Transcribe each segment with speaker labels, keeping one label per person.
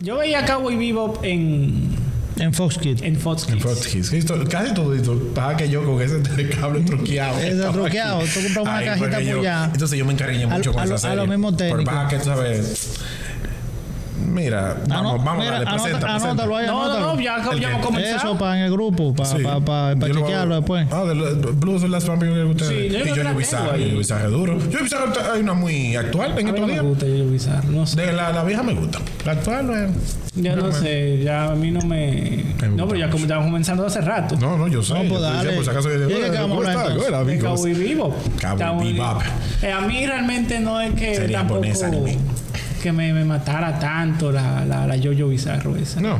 Speaker 1: Yo veía Cowboy Bebop en,
Speaker 2: En Fox Kids.
Speaker 1: en Fox
Speaker 3: En
Speaker 1: Kids.
Speaker 3: Fox Kids. Listo, Casi todo listo. Pasa que yo con ese cable truqueado.
Speaker 2: Ese
Speaker 3: estaba
Speaker 2: truqueado,
Speaker 3: aquí.
Speaker 2: tú compras una
Speaker 3: Ahí fue
Speaker 2: cajita
Speaker 3: que yo-
Speaker 2: apoyada.
Speaker 3: Entonces yo me encariñé
Speaker 2: A
Speaker 3: mucho
Speaker 2: lo-
Speaker 3: con
Speaker 2: a lo-
Speaker 3: esa
Speaker 2: a
Speaker 3: serie.
Speaker 2: lo mismo
Speaker 3: Por
Speaker 2: técnico.
Speaker 3: baja que, ¿sabes? Mira, vamos,
Speaker 2: Ano-
Speaker 3: vamos,
Speaker 2: Ah, mira,
Speaker 3: dale,
Speaker 2: anota-
Speaker 3: presenta, presenta.
Speaker 2: anótalo ahí,
Speaker 1: No, no,
Speaker 2: anótalo.
Speaker 1: no, ya,
Speaker 3: ¿El
Speaker 1: ya hemos
Speaker 3: qué?
Speaker 1: comenzado.
Speaker 2: Eso para en el grupo, para
Speaker 3: Sí. Yo lo-
Speaker 2: chequearlo después.
Speaker 3: Ah, de lo- Blues es la Vampire que ustedes.
Speaker 1: Sí, yo
Speaker 3: y
Speaker 1: creo que
Speaker 3: yo
Speaker 1: la tengo
Speaker 3: Bizarre.
Speaker 1: ahí.
Speaker 3: Yo Bizarre duro. Yo Bizarre ta- hay una muy actual en
Speaker 1: A mí no
Speaker 3: estos
Speaker 1: me
Speaker 3: días.
Speaker 1: gusta yo Bizarre, no sé.
Speaker 3: De la, la vieja me gusta. La actual eh. no es.
Speaker 1: Ya no sé, ya a mí no me.
Speaker 3: Me
Speaker 1: No,
Speaker 3: gusta
Speaker 1: pero ya como ya comenzando hace rato.
Speaker 3: No, no, yo sé.
Speaker 2: pues
Speaker 3: yo te decía,
Speaker 2: dale.
Speaker 3: por si acaso,
Speaker 2: ¿Y de qué
Speaker 3: "Hola,
Speaker 2: vamos a
Speaker 3: ¿cómo
Speaker 2: hablar
Speaker 3: estás?
Speaker 2: entonces?
Speaker 3: Hola,
Speaker 1: De
Speaker 3: amigos.
Speaker 1: Cowboy Vivo.
Speaker 3: Cowboy Bebop.
Speaker 1: Eh, a mí realmente no es que
Speaker 3: Serie
Speaker 1: tampoco
Speaker 3: japonesa, anime.
Speaker 1: que me, me matara tanto la, la, la Yo-Yo Bizarro esa.
Speaker 3: No,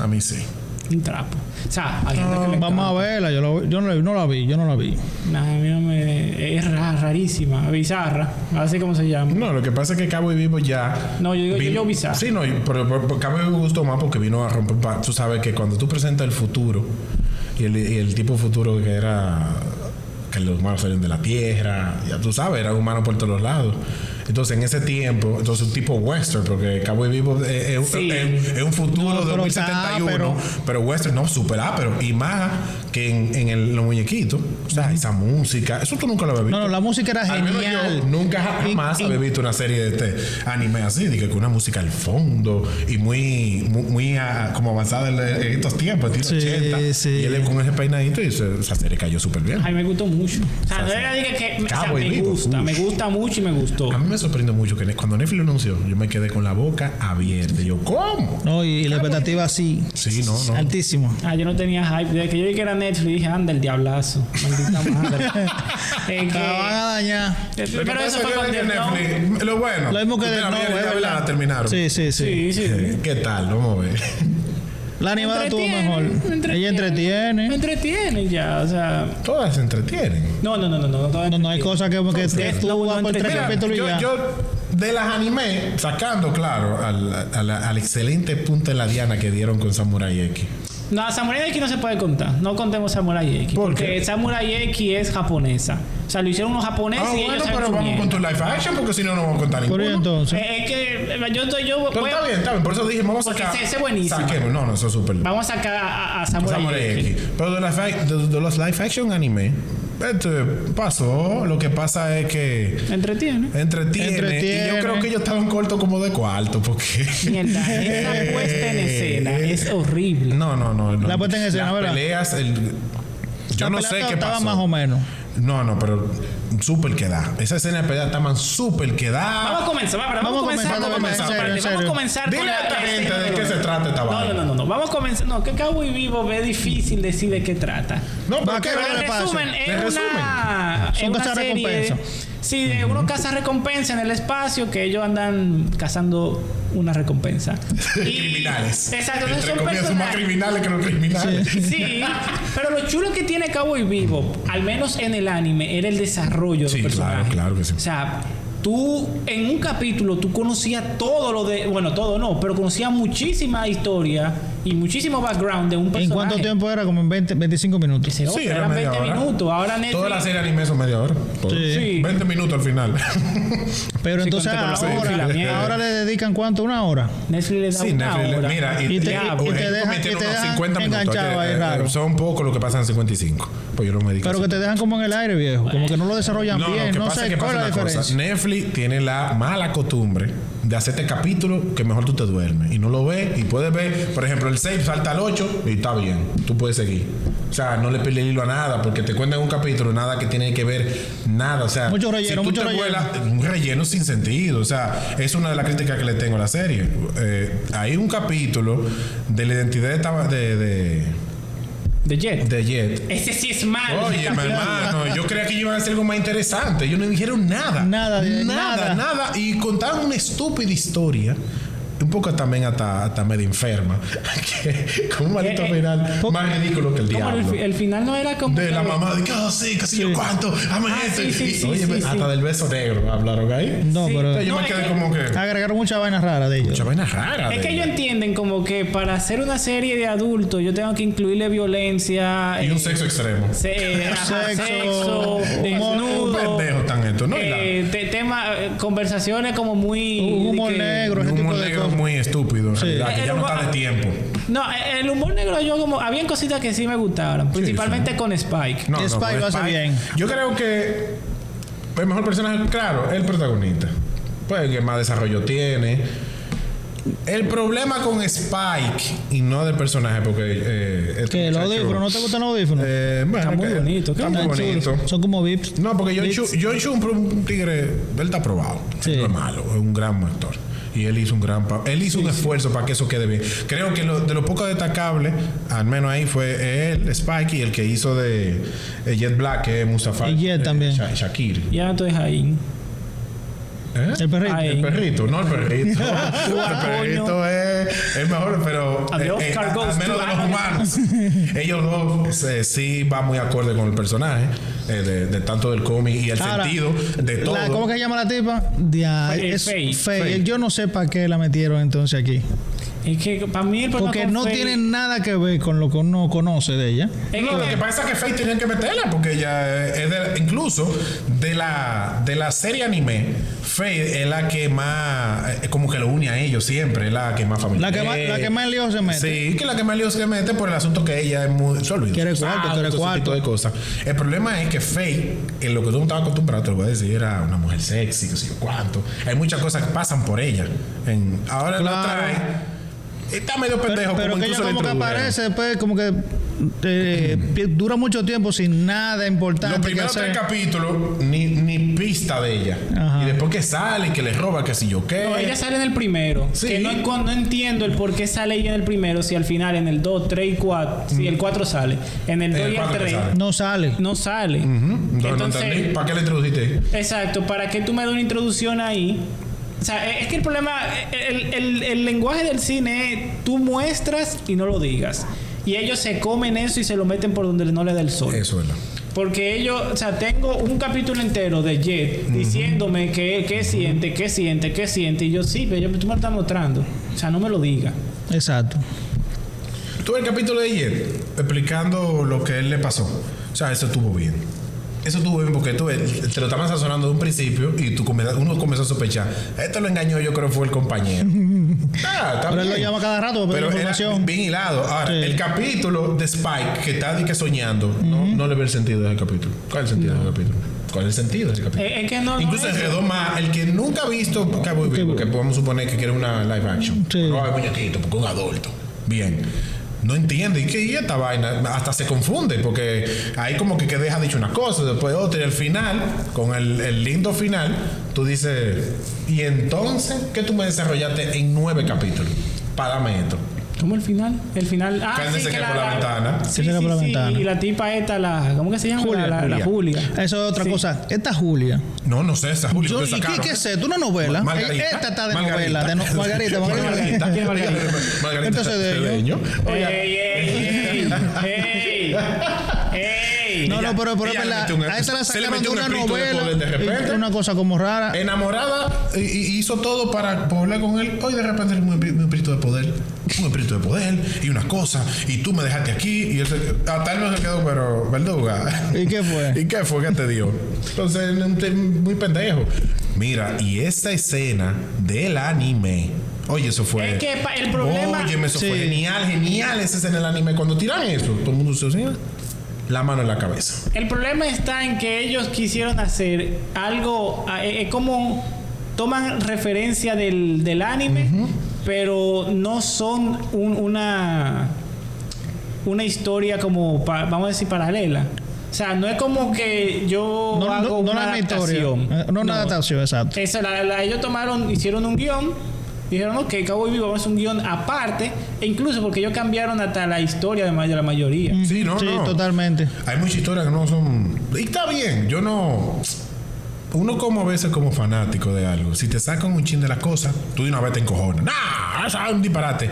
Speaker 3: a mí sí.
Speaker 1: Un trapo. O sea, hay gente que le
Speaker 2: Vamos a verla, yo, la- yo no, la- no la vi, yo no la vi.
Speaker 1: encanta. Nah, a mí no me. Es ra- rarísima, bizarra. Así como se llama.
Speaker 3: No, lo que pasa es que Cabo y Vivo ya.
Speaker 1: No, yo digo
Speaker 3: vin-
Speaker 1: yo Bizarre.
Speaker 3: Sí, no, y- pero, pero- pero Cabo y Vivo gustó más porque vino a romper. pa- Tú sabes que cuando tú presentas el futuro y el, y el tipo de futuro que era que los humanos salieron de la tierra, ya tú sabes, eran humanos por todos lados. Entonces, en ese tiempo, entonces un tipo western, porque Cabo y Vivo es, es un-
Speaker 1: Sí.
Speaker 3: es- es un futuro
Speaker 2: No,
Speaker 3: de
Speaker 2: pero está,
Speaker 3: 2071, pero,
Speaker 2: pero-
Speaker 3: western no supera, pero y más que en, en el- los muñequitos. O sea, esa música, eso tú nunca lo habías visto.
Speaker 2: No, no, la música era
Speaker 3: Al menos
Speaker 2: genial.
Speaker 3: yo nunca jamás
Speaker 2: Y- y-
Speaker 3: había visto una serie de este anime así, de que con una música al fondo y muy, muy, muy, ah, como avanzada en, la- en estos tiempos, en
Speaker 2: Sí,
Speaker 3: 80.
Speaker 2: sí.
Speaker 3: Y él con ese peinadito y se- esa serie cayó súper bien.
Speaker 1: A mí me gustó mucho. O sea, no era diga que. o sea,
Speaker 3: Cowboy
Speaker 1: me
Speaker 3: Bebop,
Speaker 1: gusta,
Speaker 3: uy.
Speaker 1: me gusta mucho y me gustó.
Speaker 3: A mí me sorprendió mucho que cuando Netflix lo anunció, yo me quedé con la boca abierta. Yo, ¿cómo?
Speaker 2: No, y, y la expectativa así,
Speaker 3: Sí, no, no.
Speaker 2: altísima.
Speaker 1: Ah, yo no tenía hype. Desde que yo vi que era Netflix, dije, anda el diablazo. Maldita madre. Es que-
Speaker 2: La van a dañar.
Speaker 3: Ah, Lo que
Speaker 1: Pero eso
Speaker 3: pasa
Speaker 1: fue
Speaker 3: es
Speaker 1: cuando
Speaker 3: que
Speaker 1: no.
Speaker 3: Netflix, lo bueno.
Speaker 2: Lo mismo que
Speaker 3: Ustedes
Speaker 2: de
Speaker 3: la
Speaker 2: no,
Speaker 3: vieron,
Speaker 2: es
Speaker 3: ya la
Speaker 2: verdad.
Speaker 3: terminaron.
Speaker 2: Sí, sí, sí.
Speaker 1: Sí, sí.
Speaker 3: ¿Qué tal? Vamos a ver.
Speaker 2: La animada estuvo
Speaker 1: Entretiene,
Speaker 2: mejor.
Speaker 1: entretiene.
Speaker 2: Ella
Speaker 1: Me
Speaker 2: entretiene.
Speaker 1: entretiene ya, o sea.
Speaker 3: Todas se entretienen.
Speaker 1: No, no, no, no, no. No,
Speaker 2: No, no hay cosas que, que
Speaker 1: Entonces,
Speaker 2: tú
Speaker 1: no,
Speaker 2: vas
Speaker 1: no
Speaker 2: por tres
Speaker 1: entretiene.
Speaker 3: Mira,
Speaker 2: capítulos y
Speaker 3: yo,
Speaker 2: ya.
Speaker 3: yo de las anime, sacando claro al, al- al excelente punto en la diana que dieron con Samurai X.
Speaker 1: No, Samurai X no se puede contar. No contemos Samurai X.
Speaker 3: ¿Por qué?
Speaker 1: porque Samurai X es japonesa. O sea, lo hicieron unos japoneses
Speaker 3: Ah,
Speaker 1: y
Speaker 3: bueno,
Speaker 1: ellos saben
Speaker 3: pero
Speaker 1: su
Speaker 3: vamos
Speaker 1: mierda.
Speaker 3: con tu live action porque si no, no vamos a contar
Speaker 2: Por
Speaker 3: ninguno.
Speaker 2: ahí entonces.
Speaker 1: Eh, es que eh, yo estoy. Yo,
Speaker 3: Pero
Speaker 1: voy-
Speaker 3: está bien, está bien. Por eso dije, vamos a
Speaker 1: Porque
Speaker 3: sacar.
Speaker 1: ese- ese es buenísimo.
Speaker 3: Saquemos. No, no, eso es súper.
Speaker 1: Vamos a sacar a, a Samurai,
Speaker 3: Samurai
Speaker 1: X.
Speaker 3: X. Pero de, las fi- de- de los live action anime, este, pasó. Lo que pasa es que.
Speaker 1: Entretiene.
Speaker 3: Entretiene,
Speaker 2: Entretiene.
Speaker 3: Y yo creo que ellos estaban cortos como de cuarto. Porque.
Speaker 1: Mierda, esa puesta en escena es horrible.
Speaker 3: No, no, no. no.
Speaker 2: La puesta en escena,
Speaker 3: Las
Speaker 2: ¿verdad?
Speaker 3: peleas, el- Yo
Speaker 2: La
Speaker 3: no
Speaker 2: pelota
Speaker 3: sé qué
Speaker 2: estaba
Speaker 3: pasó.
Speaker 2: más o menos.
Speaker 3: No, no, pero súper queda. Esa escena de pelea está más súper
Speaker 1: Vamos a
Speaker 3: queda.
Speaker 1: comenzar, va, pero vamos,
Speaker 2: Vamos a
Speaker 1: a comenzar,
Speaker 2: comenzar,
Speaker 1: vamos a
Speaker 2: en
Speaker 1: comenzar,
Speaker 2: serio,
Speaker 1: espérate,
Speaker 2: en
Speaker 1: vamos a
Speaker 2: serio.
Speaker 1: comenzar con
Speaker 3: Dile
Speaker 1: la,
Speaker 3: a esta
Speaker 1: la
Speaker 3: gente
Speaker 1: escena
Speaker 3: de qué
Speaker 1: lo-
Speaker 3: se trata esta
Speaker 1: No, no,
Speaker 3: vaina.
Speaker 1: no, no, no, vamos a comenzar, no, que Cowboy Vivo es difícil decir de qué trata.
Speaker 3: No,
Speaker 2: Va,
Speaker 3: porque
Speaker 2: que
Speaker 3: va-
Speaker 2: va-
Speaker 1: En
Speaker 2: le paso.
Speaker 1: resumen,
Speaker 3: ¿Le
Speaker 1: es una,
Speaker 3: resumen?
Speaker 1: es
Speaker 2: Son
Speaker 1: una serie.
Speaker 2: cazarrecompensa.
Speaker 1: Sí, de unos cazarrecompensa en el espacio que ellos andan cazando una recompensa. Y-
Speaker 3: criminales.
Speaker 1: Exacto, entonces
Speaker 3: Entre
Speaker 1: son
Speaker 3: comillas, son más
Speaker 1: personajes.
Speaker 3: criminales que los criminales.
Speaker 1: Sí, pero lo chulo que tiene Cowboy Vivo, al menos en el anime, era el desarrollo
Speaker 3: Sí,
Speaker 1: del personaje.
Speaker 3: claro, claro que sí.
Speaker 1: O sea, tú en un capítulo tú conocías todo lo de, bueno, todo no, pero conocías muchísima historia y muchísimo background de un
Speaker 2: ¿En
Speaker 1: personaje.
Speaker 2: cuánto tiempo era? Como en 20, 25 minutos.
Speaker 1: Ese otro,
Speaker 3: Sí, era
Speaker 1: eran
Speaker 3: media
Speaker 1: 20
Speaker 3: hora.
Speaker 1: minutos, ahora Netflix.
Speaker 3: Toda la serie anime son media hora. Por-
Speaker 2: Sí.
Speaker 1: Sí.
Speaker 3: 20 minutos al final.
Speaker 2: Pero
Speaker 1: Sí,
Speaker 2: entonces
Speaker 1: conté con los
Speaker 3: ojos y la
Speaker 2: ahora,
Speaker 1: mierda.
Speaker 2: ahora le dedican cuánto, una hora.
Speaker 1: Netflix le da
Speaker 3: sí,
Speaker 1: una
Speaker 3: Netflix,
Speaker 1: hora.
Speaker 3: mira,
Speaker 2: Y te-
Speaker 3: ya,
Speaker 2: y te
Speaker 3: eh,
Speaker 2: dejan-
Speaker 3: cometieron
Speaker 2: y te
Speaker 3: unos
Speaker 2: dejan
Speaker 3: 50 minutos.
Speaker 2: enganchado
Speaker 3: que,
Speaker 2: ahí,
Speaker 3: eh,
Speaker 2: raro.
Speaker 3: Son pocos los que pasan 55. Pues yo no me digo
Speaker 2: Pero que te dejan como en el aire, viejo. Como que no lo desarrollan
Speaker 3: No,
Speaker 2: bien.
Speaker 3: lo que
Speaker 2: No
Speaker 3: pasa es
Speaker 2: sé
Speaker 3: que
Speaker 2: cuál
Speaker 3: pasa
Speaker 2: es la
Speaker 3: una cosa.
Speaker 2: diferencia.
Speaker 3: Netflix tiene la mala costumbre de hacerte capítulo que mejor tú te duermes y no lo ves y puedes ver, por ejemplo, el 6 salta al 8 y está bien, tú puedes seguir. O sea, no le pierdes el hilo a nada porque te cuentan un capítulo, nada que tiene que ver nada. O sea,
Speaker 2: Mucho relleno,
Speaker 3: si tú
Speaker 2: mucho
Speaker 3: te
Speaker 2: relleno.
Speaker 3: vuelas- un relleno sin sentido. O sea, es una de las críticas que le tengo a la serie. Eh, hay un capítulo de la identidad de, Taba- de, de,
Speaker 1: De Jet.
Speaker 3: de Jet
Speaker 1: Ese sí es malo.
Speaker 3: Oye, mi hermano, yo creía que iban a hacer algo más interesante. Ellos no dijeron nada.
Speaker 2: Nada, de- nada.
Speaker 3: nada, nada. Y contaron una estúpida historia. Un poco también hasta, hasta medio enferma. que, como un maldito
Speaker 1: Eh, eh,
Speaker 3: final
Speaker 2: po-
Speaker 3: más ridículo que el
Speaker 1: Como
Speaker 3: diablo.
Speaker 1: el, fi- el final no era como
Speaker 3: De
Speaker 1: que-
Speaker 3: la mamá de que oh, sí, que sí, yo cuánto, dame
Speaker 1: Ah,
Speaker 3: esto.
Speaker 1: sí, sí,
Speaker 3: Y-
Speaker 1: sí,
Speaker 3: oye,
Speaker 1: sí,
Speaker 3: hasta
Speaker 1: sí.
Speaker 3: del beso negro hablaron ahí.
Speaker 2: No,
Speaker 1: Sí.
Speaker 3: Entonces
Speaker 2: pero
Speaker 3: yo
Speaker 1: No,
Speaker 3: me
Speaker 1: es
Speaker 3: quedé
Speaker 1: que- Ah.
Speaker 3: como que.
Speaker 2: agregaron muchas vainas raras de ellos.
Speaker 3: Mucha vaina rara.
Speaker 1: Es
Speaker 3: de
Speaker 1: que ellos
Speaker 3: ella.
Speaker 1: entienden como que para hacer una serie de adultos yo tengo que incluirle violencia,
Speaker 3: Y un
Speaker 1: eh,
Speaker 3: sexo extremo.
Speaker 1: se- ajá,
Speaker 2: Sexo,
Speaker 1: sexo,
Speaker 2: humor,
Speaker 3: Un
Speaker 1: desnudo,
Speaker 3: pendejo tan esto, ¿no? Y la-
Speaker 1: eh, te- temas, eh, conversaciones como muy.
Speaker 2: Un humor
Speaker 1: de que-
Speaker 2: negro, ese
Speaker 3: Un
Speaker 2: tipo
Speaker 3: humor
Speaker 2: de
Speaker 3: negro
Speaker 2: cosas.
Speaker 3: muy estúpido, en realidad, que
Speaker 1: Eh,
Speaker 3: ya no está de tiempo.
Speaker 1: No, el humor negro yo como. Habían cositas que sí me gustaron. Principalmente
Speaker 3: sí.
Speaker 1: con Spike.
Speaker 3: No, no,
Speaker 2: Spike
Speaker 3: pero
Speaker 2: lo hace bien.
Speaker 3: Yo creo que el mejor personaje, claro, el protagonista. Pues el que más desarrollo tiene. El problema con Spike, y no del personaje, porque. Eh, este
Speaker 2: Que los
Speaker 3: muchacho-
Speaker 2: audífonos, ¿no te gustan los audífonos?
Speaker 3: Eh, bueno,
Speaker 1: Está muy
Speaker 3: que-
Speaker 1: bonito,
Speaker 3: Está
Speaker 1: qué
Speaker 3: muy
Speaker 2: Tan chulos.
Speaker 3: bonito.
Speaker 2: Son como VIPs.
Speaker 3: No, porque yo
Speaker 2: Bits.
Speaker 3: es un, un tigre, él está probado.
Speaker 2: Sí.
Speaker 3: No es malo, es un gran actor. Y él hizo un gran pa- él hizo un esfuerzo para que eso quede bien. Creo que lo- de lo poco destacable, al menos ahí fue él, Spike y el que hizo de eh, Jet Black, que es Mustafa.
Speaker 2: Y Jet también.
Speaker 3: Sha- Shakir.
Speaker 1: Ya no estoy ahí.
Speaker 3: ¿Eh?
Speaker 2: El perrito.
Speaker 1: Ay.
Speaker 3: El perrito, no el perrito. el perrito es el mejor, pero eh,
Speaker 1: A the Oscar
Speaker 3: a-
Speaker 1: goes
Speaker 3: al menos
Speaker 1: to
Speaker 3: de los
Speaker 1: Alan.
Speaker 3: humanos. Ellos dos eh, sí van muy acorde con el personaje, eh, de, de tanto del cómic y el
Speaker 2: Ahora,
Speaker 3: sentido de todo.
Speaker 2: La- ¿Cómo que se llama la tipa? Dia-
Speaker 1: Faye,
Speaker 2: es
Speaker 1: Faye,
Speaker 2: Faye.
Speaker 3: Faye.
Speaker 2: Yo no sé para qué la metieron entonces aquí.
Speaker 1: Es que para mí el problema
Speaker 2: Porque
Speaker 1: con
Speaker 2: no
Speaker 1: Faye-
Speaker 2: tiene nada que ver con lo que uno conoce de ella.
Speaker 1: es
Speaker 3: No,
Speaker 1: que-
Speaker 3: lo que pasa es que Faye tenían que meterla porque ella eh, es de- incluso de la de la serie anime Faye es la que más eh, como que lo une a ellos siempre es la que más familia
Speaker 2: La que más- la que más en lío se mete.
Speaker 3: sí que la que más en lío se mete por el asunto que ella es muy solo
Speaker 2: Quiere cuarto, tú eres cuarto.
Speaker 3: de cosas el problema es que Faye en lo que tú no estabas acostumbrado te lo voy a decir era una mujer sexy que sé yo cuánto hay muchas cosas que pasan por ella En- ahora
Speaker 2: Claro.
Speaker 3: la trae está medio
Speaker 2: Pero,
Speaker 3: pendejo
Speaker 2: pero
Speaker 3: como
Speaker 2: que ella
Speaker 3: incluso
Speaker 2: como que
Speaker 3: dentro de-
Speaker 2: aparece después, como que eh, pi- dura mucho tiempo sin nada importante.
Speaker 3: Los
Speaker 2: que
Speaker 3: primeros
Speaker 2: hacer.
Speaker 3: tres capítulos, ni, ni pista de ella.
Speaker 2: Ajá.
Speaker 3: Y después que sale, que le roba, que si yo qué.
Speaker 1: No, ella sale en el primero.
Speaker 3: Eh, Sí.
Speaker 1: Que no, con- no entiendo el por qué sale ella en el primero. Si al final en el 2, 3 y 4. Si el 4 sale. En el
Speaker 3: En
Speaker 1: 2 y
Speaker 3: el
Speaker 1: el
Speaker 3: cuatro que
Speaker 1: 3
Speaker 3: sale.
Speaker 2: no sale.
Speaker 1: no sale.
Speaker 3: Entonces, Mm, no
Speaker 1: Entonces-
Speaker 3: entendí. ¿Para qué le introduciste? ahí?
Speaker 1: Exacto. ¿Para qué tú me das una introducción ahí? O sea, e- es que el problema. El, el- el lenguaje del cine es tú muestras y no lo digas. Y ellos se comen eso y se lo meten por donde no le da el sol.
Speaker 3: Eso es la.
Speaker 1: Porque ellos, o sea, tengo un capítulo entero de Jet diciéndome que, que siente, que siente, que siente. Y yo, sí, pero yo- tú me lo estás mostrando. O sea, no me lo digas.
Speaker 2: Exacto.
Speaker 3: Tuve el capítulo de ayer explicando lo que a él le pasó. O sea, eso estuvo bien. Eso estuvo bien porque tú, ves, te lo estaban sazonando de un principio y tú comenzas- uno comenzó a sospechar. Esto lo engañó, yo creo fue el compañero. Ah, está
Speaker 2: Pero él lo
Speaker 3: bien.
Speaker 2: llama cada rato para pedir
Speaker 3: Pero era
Speaker 2: información.
Speaker 3: bien hilado. Ahora,
Speaker 2: Sí.
Speaker 3: el capítulo de Spike que está de que soñando, no, no le ve el sentido del capítulo. ¿Cuál es el sentido del capítulo? ¿Cuál es el sentido de ese capítulo?
Speaker 1: Eh, Es, es que no. no
Speaker 3: Incluso
Speaker 1: es-
Speaker 3: enredó más el que nunca ha visto Cowboy Bebop, que podemos suponer que quiere una live action.
Speaker 2: Sí.
Speaker 3: No va a ver muñequito, porque es un adulto. Bien. No entiende. ¿Y qué y esta vaina? Hasta se confunde, porque ahí como que, que deja dicho una cosa, después otra, y al final, con el, el lindo final, tú dices, ¿y entonces qué tú me desarrollaste en nueve capítulos? Párame esto.
Speaker 1: ¿Cómo el final? El final. Ah,
Speaker 3: Cándese
Speaker 1: sí, que
Speaker 3: que
Speaker 1: la,
Speaker 3: por la ventana.
Speaker 1: Sí,
Speaker 2: Que
Speaker 1: sí,
Speaker 2: se por la
Speaker 1: sí,
Speaker 2: ventana.
Speaker 1: Y la tipa esta, la. ¿Cómo que se llama?
Speaker 2: Julia,
Speaker 1: la, la- la Julia.
Speaker 2: Eso es otra
Speaker 1: Sí.
Speaker 2: cosa. Esta Julia.
Speaker 3: No, no sé, esa Julio.
Speaker 2: Yo,
Speaker 3: te
Speaker 2: ¿Y qué,
Speaker 3: sacaron.
Speaker 2: qué es esto? ¿Una novela? Eh,
Speaker 3: Margarita.
Speaker 2: Esta está de
Speaker 3: Margarita.
Speaker 2: novela. De no- Margarita, Margarita.
Speaker 3: Margarita.
Speaker 1: ¿Quién es Margarita?
Speaker 3: Margarita
Speaker 2: Entonces, de ello.
Speaker 3: Cedeño. Oiga,
Speaker 1: ¡Ey, ey, ey! ¡Ey! ey.
Speaker 2: No, no, pero, pero
Speaker 3: Ella
Speaker 2: es
Speaker 3: le
Speaker 2: verdad.
Speaker 3: metió un-
Speaker 2: a esta la
Speaker 3: se le
Speaker 2: sacaron de
Speaker 3: metió un
Speaker 2: una
Speaker 3: espíritu de
Speaker 2: novela.
Speaker 3: poder de repente. Eh,
Speaker 2: y Una cosa como rara.
Speaker 3: enamorada y- y hizo todo para poblar con él. Hoy de repente un, espí- un espíritu de poder, un espíritu de poder y una cosa. Y tú me dejaste aquí y él se, a tal no se quedó, pero verduga.
Speaker 2: ¿Y qué fue?
Speaker 3: ¿Y qué fue que te dio? Entonces, no te- muy pendejo. Mira, y esa escena del anime. Oye, eso fue.
Speaker 1: Es que pa- el problema-
Speaker 3: Oye, eso fue
Speaker 2: Sí.
Speaker 3: genial, genial esa escena del anime. Cuando tiran eso, todo el mundo se oscila. La mano en la cabeza.
Speaker 1: El problema está en que ellos quisieron hacer algo, a- es es como toman referencia del, del anime, pero no son un- una una historia como pa- vamos a decir paralela. O sea, no es como que yo
Speaker 2: No, no,
Speaker 1: hago
Speaker 2: no
Speaker 1: una
Speaker 2: la historia.
Speaker 1: adaptación.
Speaker 2: Eh, No, una adaptación, exacto.
Speaker 1: Esa, la, la- ellos tomaron, hicieron un guión. Dijeron, ok, Cowboy Vivo es un guión aparte. E incluso porque ellos cambiaron hasta la historia de ma- de la mayoría.
Speaker 3: Sí, no,
Speaker 2: sí,
Speaker 3: no.
Speaker 2: totalmente.
Speaker 3: Hay muchas historias que no son. Y está bien, yo no. Uno, como a veces, como fanático de algo, si te sacan un chin de las cosas, tú de una vez te encojonas. ¡Nah! ¡Eso es un disparate!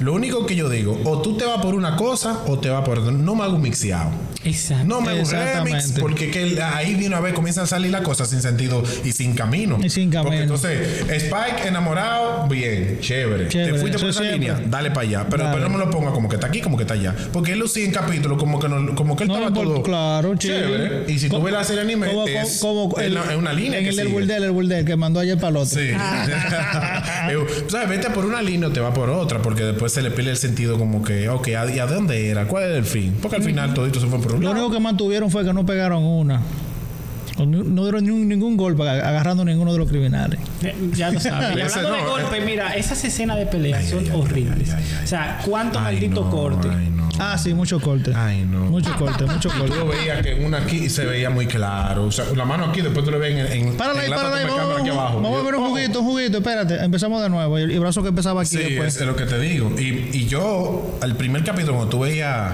Speaker 3: Lo único que yo digo, o tú te vas por una cosa o te vas por otra. No me hago un mixeado.
Speaker 1: Exacto.
Speaker 3: No me hago un remix
Speaker 2: Exactamente.
Speaker 3: porque que ahí de una vez comienza a salir la cosa sin sentido y sin camino.
Speaker 2: Y sin camino.
Speaker 3: Porque entonces, Spike enamorado, bien, chévere.
Speaker 2: Chévere,
Speaker 3: Te fuiste por
Speaker 2: eso
Speaker 3: esa
Speaker 2: siempre.
Speaker 3: línea, dale para allá. Pero
Speaker 2: Dale.
Speaker 3: después no me lo ponga como que está aquí, como que está allá. Porque él lucía en capítulo, como que, no, como que él
Speaker 2: No le
Speaker 3: estaba
Speaker 2: importa,
Speaker 3: todo.
Speaker 2: claro,
Speaker 3: chévere.
Speaker 2: chévere.
Speaker 3: Y si tú
Speaker 2: Como-
Speaker 3: ves la serie anime,
Speaker 2: Como,
Speaker 3: es,
Speaker 2: como- como
Speaker 3: es
Speaker 2: el-
Speaker 3: la- es una línea.
Speaker 2: En
Speaker 3: que
Speaker 2: el
Speaker 3: sigue.
Speaker 2: Herbal del Herbal del que mandó ayer para el otro.
Speaker 3: Sí. Eh, ¿Sabes? Vete por una línea o te va por otra, porque después se le pierde el sentido como que, ok, ¿a, y a dónde era? ¿Cuál era el fin? Porque al final toditos se fueron por un
Speaker 2: Lo
Speaker 3: lado.
Speaker 2: único que mantuvieron fue que no pegaron una. O ni- No dieron ni un- ningún golpe ag- agarrando a ninguno de los criminales.
Speaker 1: Eh, Ya lo sabes. Y
Speaker 3: Ese
Speaker 1: hablando de
Speaker 3: no, eh.
Speaker 1: golpes, mira, esas escenas de pelea
Speaker 3: Ay,
Speaker 1: son
Speaker 3: ay, ay,
Speaker 1: horribles.
Speaker 3: ay, ay, ay.
Speaker 1: O sea, cuánto
Speaker 3: Ay,
Speaker 1: maldito
Speaker 3: no,
Speaker 1: corte.
Speaker 3: ay, no.
Speaker 2: Ah, sí, muchos cortes.
Speaker 3: Ay, no.
Speaker 2: Muchos cortes, muchos
Speaker 3: Tú
Speaker 2: cortes.
Speaker 3: lo veías que una aquí se veía muy claro. O sea, la mano aquí, después tú lo ves en. en
Speaker 2: Párala ahí,
Speaker 3: en lata
Speaker 2: párala ahí.
Speaker 3: con la cámara
Speaker 2: Vamos,
Speaker 3: aquí abajo. oh,
Speaker 2: vamos, vamos a ver un juguito, pues. un juguito. Espérate, empezamos de nuevo. Y el y el brazo que empezaba aquí
Speaker 3: Sí,
Speaker 2: después.
Speaker 3: es lo que te digo. Y, y yo, al primer capítulo, cuando tú veías.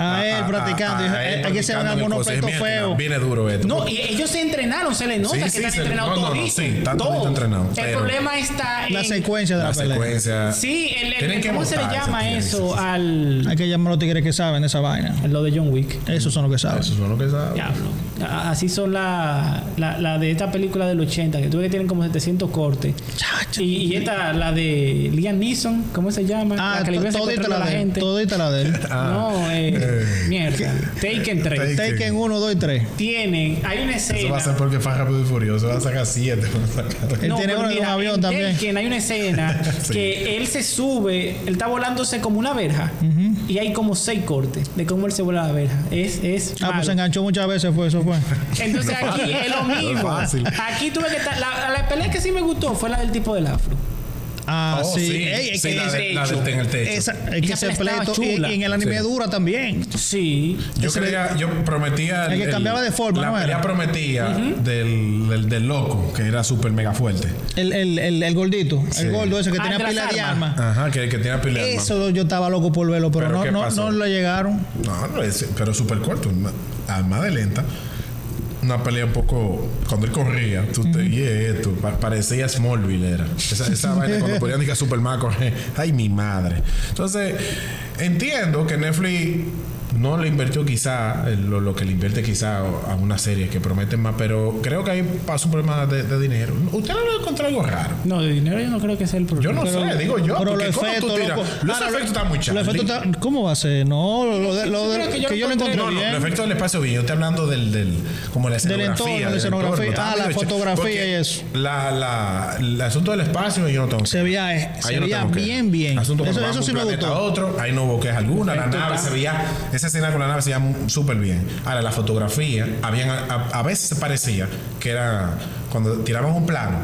Speaker 2: A él practicando, dije, eh, aquí se ven
Speaker 3: practicando
Speaker 2: algunos
Speaker 3: cosas, dije,
Speaker 2: pechos
Speaker 3: "Mierda,
Speaker 2: feos".
Speaker 3: Viene duro esto.
Speaker 1: No, y ellos se entrenaron, se les nota
Speaker 3: Sí,
Speaker 1: que
Speaker 3: sí,
Speaker 1: están
Speaker 3: se-
Speaker 1: entrenados
Speaker 3: no, no, no,
Speaker 1: todito,
Speaker 3: sí, están todito
Speaker 1: todo.
Speaker 3: entrenados,
Speaker 1: El
Speaker 3: pero-
Speaker 1: problema está en
Speaker 2: La secuencia de la,
Speaker 3: pues, la
Speaker 2: pelea.
Speaker 3: secuencia.
Speaker 1: Sí, el, el-
Speaker 3: Tienen que
Speaker 1: ¿cómo se le
Speaker 3: montarse,
Speaker 1: llama
Speaker 3: tienen que-
Speaker 1: eso al
Speaker 2: Hay que llamar a los tigres que saben de esa vaina.
Speaker 1: lo de John Wick?
Speaker 2: Esos son los que saben.
Speaker 3: Eso es lo que sabe.
Speaker 1: Diablo. A- Así son la, la, la de esta película del 80, que tuve que tienen como 700 cortes.
Speaker 2: Chacho.
Speaker 1: Y, y esta, la de Liam Neeson, ¿cómo se llama?
Speaker 2: Ah,
Speaker 1: la que le iba a
Speaker 2: to- todita
Speaker 1: secuestrar
Speaker 2: la,
Speaker 1: a la
Speaker 2: de él.
Speaker 1: gente.
Speaker 2: Todita la de él.
Speaker 1: No, eh, mierda. Taken 3.
Speaker 3: Ah. Taken.
Speaker 2: Taken 1, 2 y Ah, 3.
Speaker 1: Tienen, hay una
Speaker 3: Eso va a ser
Speaker 1: escena.
Speaker 3: porque fue rápido y furioso. Va a sacar siete. Va a sacar.
Speaker 2: Él tiene
Speaker 1: pero
Speaker 2: una de un
Speaker 1: mira,
Speaker 2: avión
Speaker 1: en
Speaker 2: también.
Speaker 1: Taken hay una escena
Speaker 3: Sí.
Speaker 1: que él se sube, él está volándose como una verja y hay como seis cortes de cómo él se vuela la verja. Es, es
Speaker 2: Ah, pues
Speaker 1: malo.
Speaker 2: se enganchó muchas veces, fue eso fue.
Speaker 1: Entonces aquí es lo mismo.
Speaker 3: fácil.
Speaker 1: Aquí tuve que estar. La, la pelea que sí me gustó fue la del tipo del afro.
Speaker 2: Ah,
Speaker 3: Oh,
Speaker 2: sí.
Speaker 3: sí.
Speaker 2: Ey, es
Speaker 3: Sí,
Speaker 2: que
Speaker 3: la de-
Speaker 2: ese-
Speaker 3: la del- en el techo.
Speaker 2: esa- es que
Speaker 1: Ella
Speaker 2: ese
Speaker 1: estaba
Speaker 2: pleito y,
Speaker 1: chula.
Speaker 2: y en el anime
Speaker 3: Sí.
Speaker 2: dura también.
Speaker 1: Sí.
Speaker 3: Yo
Speaker 2: Ese
Speaker 3: creía, yo prometía.
Speaker 2: El que cambiaba de forma,
Speaker 3: La
Speaker 2: ¿no era?
Speaker 3: pelea prometía del, del, del loco, que era súper mega fuerte.
Speaker 2: El, el, el, el gordito, el gordo ese que
Speaker 1: Ah,
Speaker 2: tenía
Speaker 1: de las
Speaker 2: pila de
Speaker 1: armas.
Speaker 2: armas.
Speaker 3: Ajá, que, que tenía pelea. hermano.
Speaker 2: Eso yo estaba loco por verlo, pero,
Speaker 3: ¿Pero
Speaker 2: no-
Speaker 3: qué
Speaker 2: no,
Speaker 3: pasó?
Speaker 2: no, lo llegaron.
Speaker 3: No, no es, pero súper corto. una- Además de lenta. Una pelea un poco. Cuando él corría, tú te y esto. pa- parecía Smallville, era. Esa, esa vaina cuando ponían que Superman a correr. Ay, mi madre. Entonces, entiendo que Netflix no le invirtió quizá eh, lo, lo que le invierte quizá a una serie que prometen más, pero creo que ahí pasó un problema de, de dinero. ¿Usted no lo encontró algo raro?
Speaker 1: No, de dinero yo no creo que sea el
Speaker 3: Yo
Speaker 1: problema.
Speaker 3: no sé, digo yo.
Speaker 2: pero
Speaker 3: porque
Speaker 2: los
Speaker 3: ¿cómo tú
Speaker 2: efectos,
Speaker 3: tiras?
Speaker 2: loco.
Speaker 3: Los
Speaker 2: Ah, no,
Speaker 3: efectos están muy
Speaker 2: Los
Speaker 3: chales.
Speaker 2: efectos están- ¿Cómo va a ser? No, lo de, lo de-
Speaker 1: creo que
Speaker 2: que,
Speaker 1: yo
Speaker 2: yo lo
Speaker 1: lo encontré-
Speaker 2: encontré
Speaker 3: No, no,
Speaker 2: bien.
Speaker 3: los efectos del espacio bien. Yo estoy hablando del, del como la
Speaker 2: Del
Speaker 3: escenografía.
Speaker 2: entorno, la
Speaker 3: del
Speaker 2: escenografía.
Speaker 3: entorno,
Speaker 2: Ah,
Speaker 3: tal,
Speaker 2: la
Speaker 3: hecho.
Speaker 2: fotografía
Speaker 3: Porque
Speaker 2: y eso.
Speaker 3: La, la, el asunto del espacio yo no tengo
Speaker 2: Se
Speaker 3: queja.
Speaker 2: veía, eh,
Speaker 3: Ahí
Speaker 2: se
Speaker 3: yo no
Speaker 2: veía
Speaker 3: tengo queja.
Speaker 2: bien, bien.
Speaker 3: Asunto
Speaker 2: Eso- eso
Speaker 3: cuando vamos
Speaker 2: sí
Speaker 3: de un
Speaker 2: me
Speaker 3: planeta
Speaker 2: gustó.
Speaker 3: a otro, ahí no hubo queja alguna. La
Speaker 1: Perfecto,
Speaker 3: nave
Speaker 1: está.
Speaker 3: se veía, esa escena con la nave se veía mu- súper bien. Ahora, la fotografía, habían, a, a- a veces parecía que era, cuando tiraban un plano,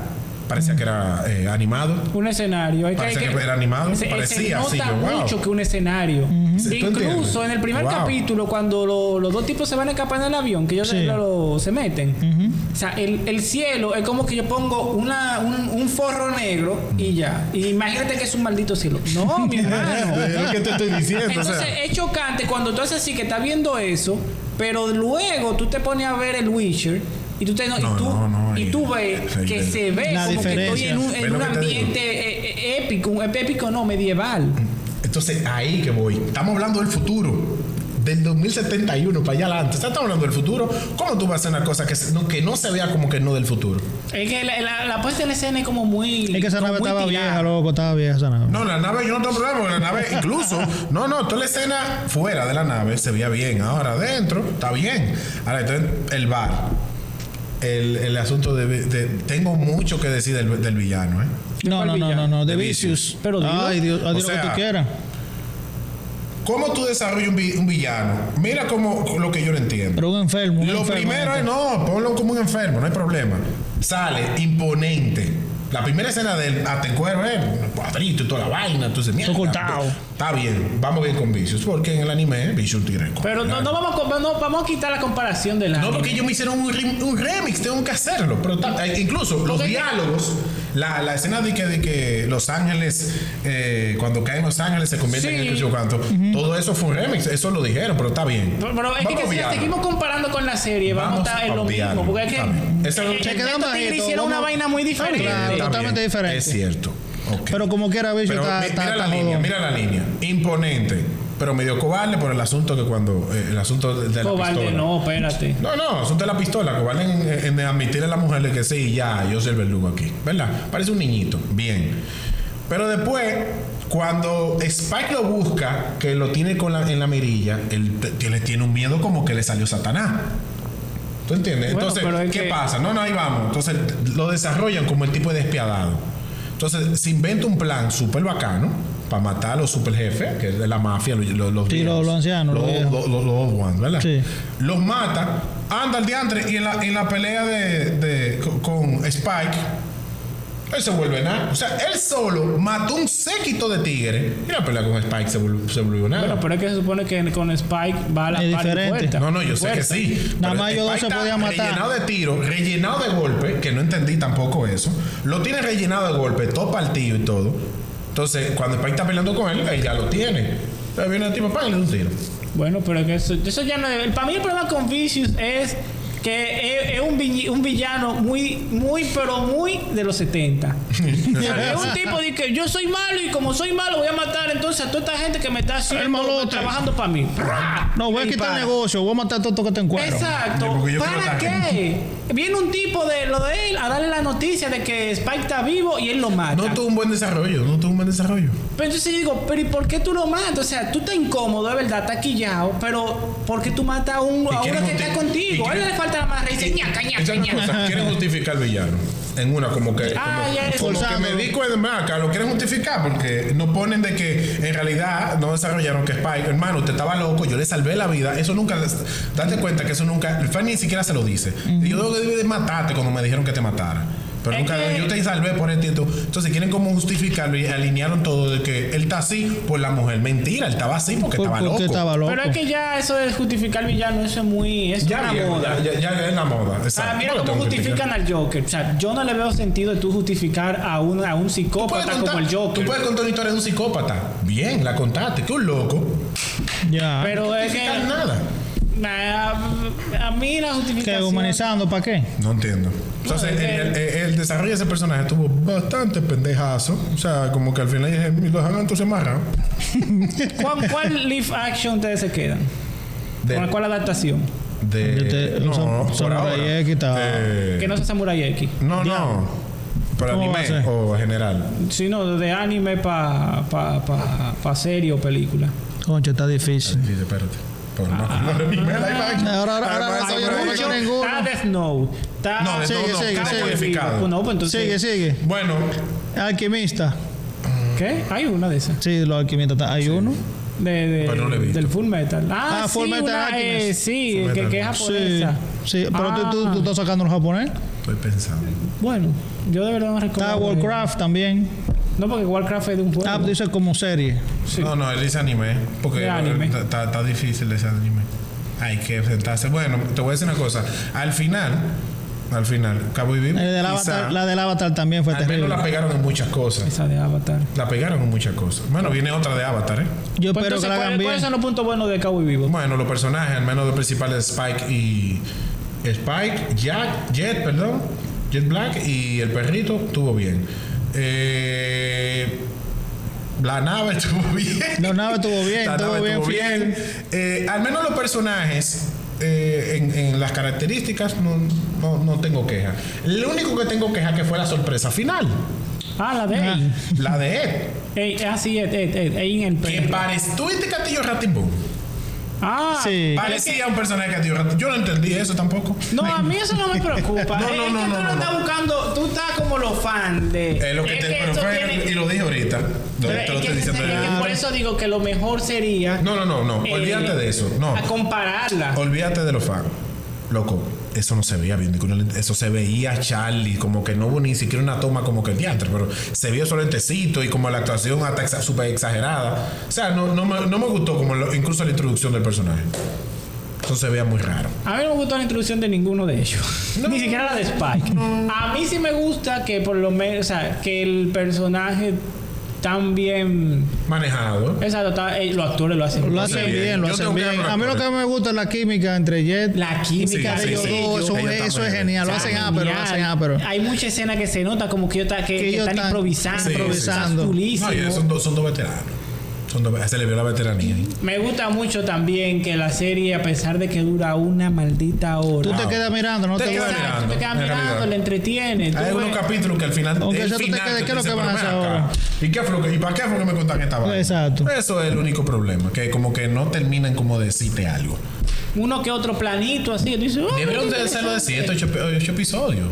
Speaker 3: parecía que era eh, animado.
Speaker 1: Un escenario. Hay
Speaker 3: Parecía
Speaker 1: hay
Speaker 3: que era animado,
Speaker 1: Se, se
Speaker 3: parecía así,
Speaker 1: nota
Speaker 3: yo, wow.
Speaker 1: mucho que un escenario.
Speaker 3: Sí, ¿tú entiendes?
Speaker 1: Incluso en el primer
Speaker 3: Wow.
Speaker 1: capítulo, cuando lo- los dos tipos se van a escapar del avión, que ellos
Speaker 2: Sí.
Speaker 1: lo- lo- se meten. O sea, el, el cielo es como que yo pongo una, un, un forro negro y ya. Y imagínate que es un maldito cielo. No, mi hermano.
Speaker 3: Es lo que te estoy diciendo. o sea.
Speaker 1: Entonces es chocante cuando tú haces así que estás viendo eso, pero luego tú te pones a ver el Witcher y tú, te, no- y
Speaker 3: No,
Speaker 1: tú,
Speaker 3: no, no,
Speaker 1: y
Speaker 3: y-
Speaker 1: tú ves
Speaker 3: ahí
Speaker 1: que
Speaker 3: ves.
Speaker 1: se ve
Speaker 2: La
Speaker 1: como que estoy
Speaker 2: diferencia.
Speaker 1: en un, en
Speaker 3: ¿Ves lo
Speaker 1: un
Speaker 3: que te digo?
Speaker 1: ambiente eh, eh, épico, un épico no, medieval.
Speaker 3: Entonces, ahí que voy. Estamos hablando del futuro. Del 2071 para allá adelante. O sea, Estamos hablando del futuro. ¿Cómo tú vas a hacer una cosa que, se- no, que no se vea como que no del futuro?
Speaker 1: Es que la, la- la puesta en escena es como muy.
Speaker 2: Es que esa
Speaker 1: como
Speaker 2: nave
Speaker 1: muy
Speaker 2: estaba
Speaker 1: tirada.
Speaker 2: vieja, loco, estaba vieja esa nave.
Speaker 3: No, la nave yo no tengo problema. porque La nave, incluso, no, no, toda la escena fuera de la nave se veía bien. Ahora adentro, está bien. Ahora, entonces, el bar. El, el asunto de, de- Tengo mucho que decir del, del villano, ¿eh?
Speaker 2: No,
Speaker 1: ¿De
Speaker 2: no,
Speaker 1: cuál
Speaker 2: no,
Speaker 1: villano?
Speaker 2: no, no, de
Speaker 3: De
Speaker 2: Vicious.
Speaker 3: Vicious.
Speaker 1: Pero dilo.
Speaker 2: Ay, Dios, haz
Speaker 3: O
Speaker 2: lo que tú
Speaker 3: sea,
Speaker 2: quieras.
Speaker 3: ¿Cómo tú desarrollas un, vi- un villano? Mira como lo que yo no entiendo.
Speaker 2: Pero un enfermo. un
Speaker 3: Lo
Speaker 2: enfermo,
Speaker 3: primero
Speaker 2: loco.
Speaker 3: es no, ponlo como un enfermo, no hay problema. Sale imponente. La primera escena del hasta el cuero, eh, cuadrito y toda la vaina. Entonces, mierda.
Speaker 2: Ocultado.
Speaker 3: Está bien, vamos bien con Vicious, porque en el anime Vicious tiene el
Speaker 1: Pero no, no vamos, a, com- no, vamos a quitar la comparación de la.
Speaker 3: No, porque ellos me hicieron un, rem- un remix, tengo que hacerlo. Pero ta- eh, incluso los diálogos, la, la escena de que, de que Los Ángeles, eh, cuando caen Los Ángeles, se convierten
Speaker 1: Sí.
Speaker 3: en el canto. Todo eso fue un remix, eso lo dijeron, pero está bien.
Speaker 1: Pero, pero es
Speaker 3: Vamos
Speaker 1: que
Speaker 3: a
Speaker 1: si la
Speaker 3: obviarlo.
Speaker 1: seguimos comparando con la serie, vamos,
Speaker 3: Vamos
Speaker 1: a estar en
Speaker 3: a
Speaker 1: lo
Speaker 3: obviarlo.
Speaker 1: mismo. Porque es que.
Speaker 3: Está bien. Ese-
Speaker 1: eh,
Speaker 3: Se
Speaker 1: eh,
Speaker 2: quedan
Speaker 1: estos tigres
Speaker 2: bajitos,
Speaker 1: hicieron una
Speaker 2: vamos-
Speaker 1: vaina muy
Speaker 2: Ah,
Speaker 1: diferente.
Speaker 2: claro.
Speaker 3: Está
Speaker 2: totalmente
Speaker 3: bien,
Speaker 2: diferente.
Speaker 3: Es cierto. Ok.
Speaker 2: Pero como quiera, bicho,
Speaker 3: Pero
Speaker 2: está,
Speaker 3: mi-
Speaker 2: está-
Speaker 3: mira la
Speaker 2: está
Speaker 3: línea,
Speaker 2: jodón.
Speaker 3: mira la línea. Imponente, pero medio cobarde por el asunto que cuando. eh, el asunto de, de la
Speaker 1: Cobarde,
Speaker 3: pistola.
Speaker 1: no, espérate.
Speaker 3: No, no, asunto de la pistola. Cobarde en, en admitirle a la mujer de que sí, ya, yo soy el verdugo aquí. ¿Verdad? Parece un niñito. Bien. Pero después, cuando Spike lo busca, que lo tiene con la- en la mirilla, él te- que le tiene un miedo como que le salió Satanás. ¿Tú entiendes?
Speaker 1: Bueno, pero
Speaker 3: Entonces,
Speaker 1: es
Speaker 3: ¿qué
Speaker 1: que-
Speaker 3: pasa? No, no, ahí vamos. Entonces, lo desarrollan como el tipo de despiadado. Entonces, se inventa un plan súper bacano para matar a los super jefes, que es de la mafia, los, los, los
Speaker 2: Sí,
Speaker 3: viejos.
Speaker 2: los- los ancianos, los
Speaker 3: Los,
Speaker 2: viejos.
Speaker 3: los- los- los old ones, ¿verdad?
Speaker 2: Sí.
Speaker 3: Los mata, anda al diantre y en la, en la pelea de, de- con, con Spike, él se vuelve nada. O sea, él solo mató un séquito de tigres y la pelea con Spike se volvió, se volvió nada.
Speaker 1: Bueno, pero es que se supone que con Spike va a la
Speaker 2: Es
Speaker 1: par de
Speaker 2: diferente.
Speaker 1: puerta.
Speaker 3: No, no, yo sé que
Speaker 1: Puerta.
Speaker 3: sí.
Speaker 2: Nada
Speaker 3: Pero
Speaker 2: más ellos dos se
Speaker 3: Spike está
Speaker 2: podían matar.
Speaker 3: Rellenado de tiro, rellenado de golpe, que no entendí tampoco eso. Lo tiene rellenado de golpe, todo partido y todo. Entonces, cuando Spike está peleando con él, él ya lo tiene. Entonces viene el tipo, ¡pam! y le da un tiro.
Speaker 1: Bueno, pero es que eso, eso ya no es. Para mí el problema con Vicious es que es, es un, vi- un villano muy, muy, pero muy de los 70. es un tipo de que yo soy malo y como soy malo voy a matar entonces a toda esta gente que me está haciendo
Speaker 2: malote.
Speaker 1: trabajando para mí.
Speaker 2: No, voy a
Speaker 1: Y
Speaker 2: quitar el
Speaker 1: para.
Speaker 2: negocio, voy a matar a todo esto que te encuentro.
Speaker 3: Yo-
Speaker 1: Exacto.
Speaker 3: porque yo quiero
Speaker 1: ¿Para
Speaker 3: la
Speaker 1: qué? Viene un tipo de lo de él a darle la noticia de que Spike está vivo y él lo mata.
Speaker 3: No tuvo un buen desarrollo, no tuvo un buen desarrollo.
Speaker 1: Pero entonces yo digo, pero ¿y por qué tú lo matas? O sea, tú estás incómodo, de verdad, estás quillado, pero ¿por qué tú matas a, un, a
Speaker 3: quieren
Speaker 1: uno que
Speaker 3: justi-
Speaker 1: está
Speaker 3: y
Speaker 1: contigo? A él
Speaker 3: quieren-
Speaker 1: le falta la más dice ñaca, ñaca,
Speaker 3: Esa es una
Speaker 1: ñaca.
Speaker 3: cosa, quieren justificar al villano. En una, como que.
Speaker 1: Ah,
Speaker 3: como-
Speaker 1: ya,
Speaker 3: como, que
Speaker 2: forzándolo.
Speaker 3: me di cuenta, ven acá, lo quieren justificar porque no ponen de que en realidad no desarrollaron que Spike, hermano, usted estaba loco, yo le salvé la vida. Eso nunca, les- date cuenta que eso nunca, el fan ni siquiera se lo dice. Y Yo debí de matarte cuando me dijeron que te matara. Pero
Speaker 1: Es
Speaker 3: nunca,
Speaker 1: que-
Speaker 3: yo te salvé por el título. Entonces quieren como justificarlo y alinearon todo de que él está así por la mujer. Mentira, él estaba así porque
Speaker 2: ¿Por,
Speaker 3: estaba
Speaker 2: por
Speaker 3: loco.
Speaker 2: qué estaba loco?
Speaker 1: Pero es que ya eso de justificar villano, eso es muy. Eso
Speaker 3: Ya,
Speaker 1: es una
Speaker 3: viejo,
Speaker 1: moda.
Speaker 3: ya, ya, ya es la moda.
Speaker 1: O sea,
Speaker 3: exacto.
Speaker 1: mira
Speaker 3: No lo
Speaker 1: cómo
Speaker 3: tengo que criticar.
Speaker 1: justifican al Joker. O sea, yo no le veo sentido de tú justificar a un, a un
Speaker 3: puedes
Speaker 1: psicópata como
Speaker 3: contar-
Speaker 1: el Joker.
Speaker 3: Tú puedes contar una historia de un psicópata. Bien, la contaste. Que un loco.
Speaker 2: ya.
Speaker 1: Pero es que.
Speaker 3: No nada.
Speaker 1: A, a mí la
Speaker 2: ¿Qué,
Speaker 1: justificación.
Speaker 2: humanizando, ¿para qué?
Speaker 3: No entiendo. Entonces,
Speaker 1: es
Speaker 3: el,
Speaker 1: que-
Speaker 3: el- el- el desarrollo de ese personaje estuvo bastante pendejazo. O sea, como que al final dije, "Mi, los hagan entonces amarrados.
Speaker 1: ¿Cuál, cuál live action ustedes se quedan? ¿Con
Speaker 3: De,
Speaker 1: cuál adaptación?
Speaker 3: de,
Speaker 2: Yo te-
Speaker 3: no,
Speaker 2: son-
Speaker 3: por
Speaker 2: Samurai
Speaker 3: ahora.
Speaker 2: X está-
Speaker 3: De-
Speaker 1: Que no sea Samurai X.
Speaker 3: no,
Speaker 2: Diablo.
Speaker 3: no. Por
Speaker 2: ¿Cómo va a
Speaker 3: anime
Speaker 2: ser?
Speaker 3: o general.
Speaker 1: sino de anime para pa, pa, pa serie o película.
Speaker 2: Concha, está difícil.
Speaker 3: Sí, espérate. Por no,
Speaker 1: Ah.
Speaker 3: no, anime, live action.
Speaker 2: Ahora- ahora- ahora-
Speaker 3: Además,
Speaker 2: ahora-
Speaker 3: Samurai
Speaker 2: ahora-
Speaker 3: X-
Speaker 2: mucho ahora- ninguno.
Speaker 1: Está Death Note. Está
Speaker 3: No, de
Speaker 2: Sigue,
Speaker 3: todo,
Speaker 2: sigue,
Speaker 1: está
Speaker 3: no, está
Speaker 2: sigue.
Speaker 1: Pues
Speaker 3: modificado.
Speaker 1: no, pues entonces.
Speaker 2: Sigue, sigue.
Speaker 3: Bueno,
Speaker 2: Alquimista.
Speaker 1: ¿Qué? Hay una de esas.
Speaker 2: Sí, los alquimistas. está- Hay uno.
Speaker 1: De, de-
Speaker 3: Pero no la he visto.
Speaker 1: del Full Metal. Ah,
Speaker 2: Ah,
Speaker 1: sí,
Speaker 2: Full Metal
Speaker 1: una,
Speaker 2: Alchemist.
Speaker 1: eh, sí,
Speaker 3: Full
Speaker 1: que,
Speaker 3: Metal.
Speaker 1: que es
Speaker 2: Sí.
Speaker 1: japonesa.
Speaker 2: Sí, pero tú, tú,
Speaker 1: Ah.
Speaker 2: tú estás sacando los japonés.
Speaker 3: estoy pensando.
Speaker 1: Bueno, yo de verdad no recuerdo.
Speaker 2: Está Warcraft también.
Speaker 1: No, porque Warcraft es de un juego.
Speaker 2: Ah, dice como serie.
Speaker 1: Sí.
Speaker 3: No, no, él dice anime. Porque
Speaker 1: De anime.
Speaker 3: está- está está difícil ese anime. Hay que sentarse. Bueno, te voy a decir una cosa. Al final, al final, Cabo y Vivo,
Speaker 2: Eh, La del,
Speaker 3: quizá,
Speaker 2: Avatar, la del Avatar también fue
Speaker 3: al menos
Speaker 2: terrible.
Speaker 3: la pegaron en muchas cosas.
Speaker 1: Esa de Avatar.
Speaker 3: La pegaron en muchas cosas. Bueno, viene otra de Avatar, ¿eh?
Speaker 2: Yo
Speaker 1: Pues
Speaker 2: espero
Speaker 1: entonces,
Speaker 2: que la
Speaker 1: ¿cuál-
Speaker 2: hagan bien.
Speaker 1: ¿cuáles son los puntos buenos de Cowboy Vivo?
Speaker 3: Bueno, los personajes, al menos los principales, Spike y... Spike, Jack, Jet, perdón. Jet Black y el perrito estuvo bien. Eh, la nave estuvo bien.
Speaker 2: La nave estuvo bien,
Speaker 3: La
Speaker 2: estuvo
Speaker 3: nave
Speaker 2: bien.
Speaker 3: estuvo bien. Eh, al menos los personajes, eh, en, en las características, no, no, no tengo queja. Lo único que tengo queja que fue la sorpresa final,
Speaker 1: Ah, la de él.
Speaker 3: la de Ed.
Speaker 1: Ey, ah, sí, Ed, Ed, Ed, ahí en el
Speaker 3: Que
Speaker 1: perro.
Speaker 3: parecía. ¿Tú viste Castillo Ratimbun?
Speaker 1: Ah,
Speaker 2: Sí.
Speaker 3: Parecía un personaje de Castillo Ratimbun. Yo no entendí eso tampoco.
Speaker 1: No, a mí eso no me preocupa. es
Speaker 3: No, no,
Speaker 1: que
Speaker 3: no,
Speaker 1: tú
Speaker 3: no, no,
Speaker 1: estás
Speaker 3: no.
Speaker 1: buscando, tú estás como los fans de.
Speaker 3: Es lo que te. pero
Speaker 1: eso
Speaker 3: fue-
Speaker 1: tiene-
Speaker 3: Y lo dije ahorita. No,
Speaker 1: pero
Speaker 3: te lo
Speaker 1: es que
Speaker 3: estoy diciendo
Speaker 1: es que
Speaker 3: ahorita.
Speaker 1: por eso digo que lo mejor sería.
Speaker 3: No, no, no, no.
Speaker 1: eh,
Speaker 3: Olvídate de eso. No.
Speaker 1: A compararla.
Speaker 3: Olvídate de los fans. Loco, eso no se veía bien. ninguno le- Eso se veía Charlie, como que no hubo ni siquiera una toma como que el diantre, pero se vio su lentecito y como la actuación hasta exa- súper exagerada. O sea, no, no, me, no me gustó como lo- incluso la introducción del personaje. Eso se veía muy raro.
Speaker 1: A mí no me gustó la introducción de ninguno de ellos. Ni siquiera la de Spike. A mí sí me gusta que por lo menos, o sea, que el personaje tan bien.
Speaker 3: Manejado.
Speaker 1: Exacto, está- eh, los actores lo hacen.
Speaker 2: Lo
Speaker 1: bien.
Speaker 2: hacen
Speaker 3: bien.
Speaker 2: bien, lo
Speaker 3: Yo
Speaker 2: hacen
Speaker 3: tengo que
Speaker 2: bien.
Speaker 3: hablar
Speaker 2: A mí
Speaker 3: con
Speaker 2: lo que
Speaker 3: él.
Speaker 2: me gusta es la química entre Jet.
Speaker 1: La química de
Speaker 3: Sí, sí,
Speaker 1: ellos
Speaker 3: sí.
Speaker 1: dos,
Speaker 2: eso,
Speaker 3: ellos
Speaker 2: eso
Speaker 3: están
Speaker 2: es
Speaker 3: bien.
Speaker 2: genial, lo
Speaker 1: Está
Speaker 2: hacen ah, pero lo
Speaker 1: genial.
Speaker 2: hacen ah, pero.
Speaker 1: Hay mucha escena que se nota como que, ellos ta- que,
Speaker 2: Que
Speaker 1: que
Speaker 2: ellos
Speaker 1: están
Speaker 2: están-
Speaker 1: improvisando.
Speaker 3: Sí, sí, sí.
Speaker 2: improvisando.
Speaker 1: Chulísimo.
Speaker 3: No, y son, dos, son dos veteranos. Son dos- se le vio la veteranía ahí.
Speaker 1: Me gusta mucho también que la serie, a pesar de que dura una maldita hora.
Speaker 2: Tú te
Speaker 3: Ah.
Speaker 2: quedas mirando, no
Speaker 3: Te
Speaker 2: te
Speaker 3: quedas
Speaker 2: duele.
Speaker 1: Exacto,
Speaker 3: mirando,
Speaker 1: te quedas
Speaker 3: en
Speaker 1: mirando,
Speaker 3: realidad.
Speaker 1: le entretiene. tú
Speaker 3: Hay algunos
Speaker 1: ves-
Speaker 3: capítulos que al final.
Speaker 2: Aunque
Speaker 3: el
Speaker 2: eso tú te
Speaker 3: final
Speaker 2: quedes,
Speaker 3: te
Speaker 2: ¿qué es lo
Speaker 3: dice,
Speaker 2: que
Speaker 3: "Pero
Speaker 2: vas a
Speaker 3: ven
Speaker 2: hacer
Speaker 3: acá,
Speaker 2: ahora?"
Speaker 3: ¿Y, qué fue lo que- ¿Y para qué fue que me contaste esta vaina?
Speaker 2: Exacto.
Speaker 3: Eso es el único problema. Que como que no terminan como de decirte algo.
Speaker 1: uno que otro planito así. que tú dices, "Oh,
Speaker 3: Debieron de hacerlo de 7, 8 episodios.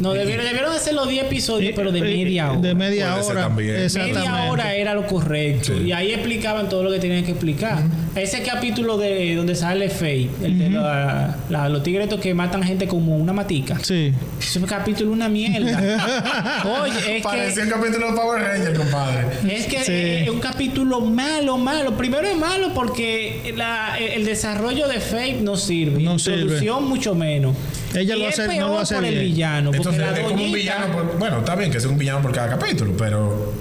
Speaker 1: No, debieron, debieron hacerlo 10 episodios, pero de media hora.
Speaker 2: eh, De media
Speaker 3: Puede ser
Speaker 2: hora.
Speaker 3: también. Media
Speaker 2: Exactamente.
Speaker 1: Media hora era lo correcto.
Speaker 3: Sí.
Speaker 1: Y ahí explicaban todo lo que tenían que explicar. Ese capítulo de donde sale Faye, el de la- la- los tigres estos que matan gente como una matica.
Speaker 2: Sí.
Speaker 1: Ese capítulo una mierda. Oye, es que.
Speaker 3: Parecía el capítulo de Power Ranger, compadre.
Speaker 1: Es que
Speaker 2: Sí.
Speaker 1: eh, es un capítulo malo, malo. Primero es malo porque la- el el desarrollo de Faith no sirve.
Speaker 2: No
Speaker 1: Introducción mucho menos.
Speaker 2: Ella lo
Speaker 1: es
Speaker 2: hace- no
Speaker 1: peor
Speaker 2: lo hace
Speaker 1: por el
Speaker 2: bien.
Speaker 1: villano. Porque
Speaker 3: Entonces
Speaker 1: la
Speaker 3: es como un
Speaker 1: doñita-
Speaker 3: villano. por- bueno, está bien que sea un villano por cada capítulo, pero.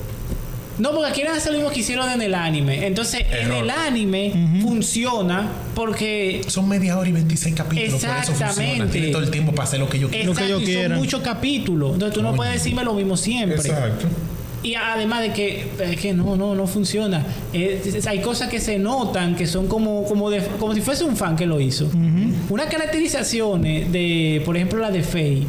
Speaker 1: No, porque quieren hacer lo mismo que hicieron en el anime. Entonces, en
Speaker 3: Error.
Speaker 1: el anime funciona porque
Speaker 3: Son media hora y 26 capítulos. Por eso funciona.
Speaker 1: Exactamente.
Speaker 3: Tiene todo el tiempo para hacer lo que yo quiero.
Speaker 2: Lo que
Speaker 1: exacto,
Speaker 2: ellos
Speaker 1: y son
Speaker 2: quieran.
Speaker 1: muchos capítulos. Entonces, tú no
Speaker 3: Coño.
Speaker 1: puedes decirme lo mismo siempre.
Speaker 3: Exacto.
Speaker 1: Y además de que, es que no, no, no funciona. Es- es- hay cosas que se notan que son como, como, de- como si fuese un fan que lo hizo. Unas caracterizaciones de, por ejemplo, la de Faye.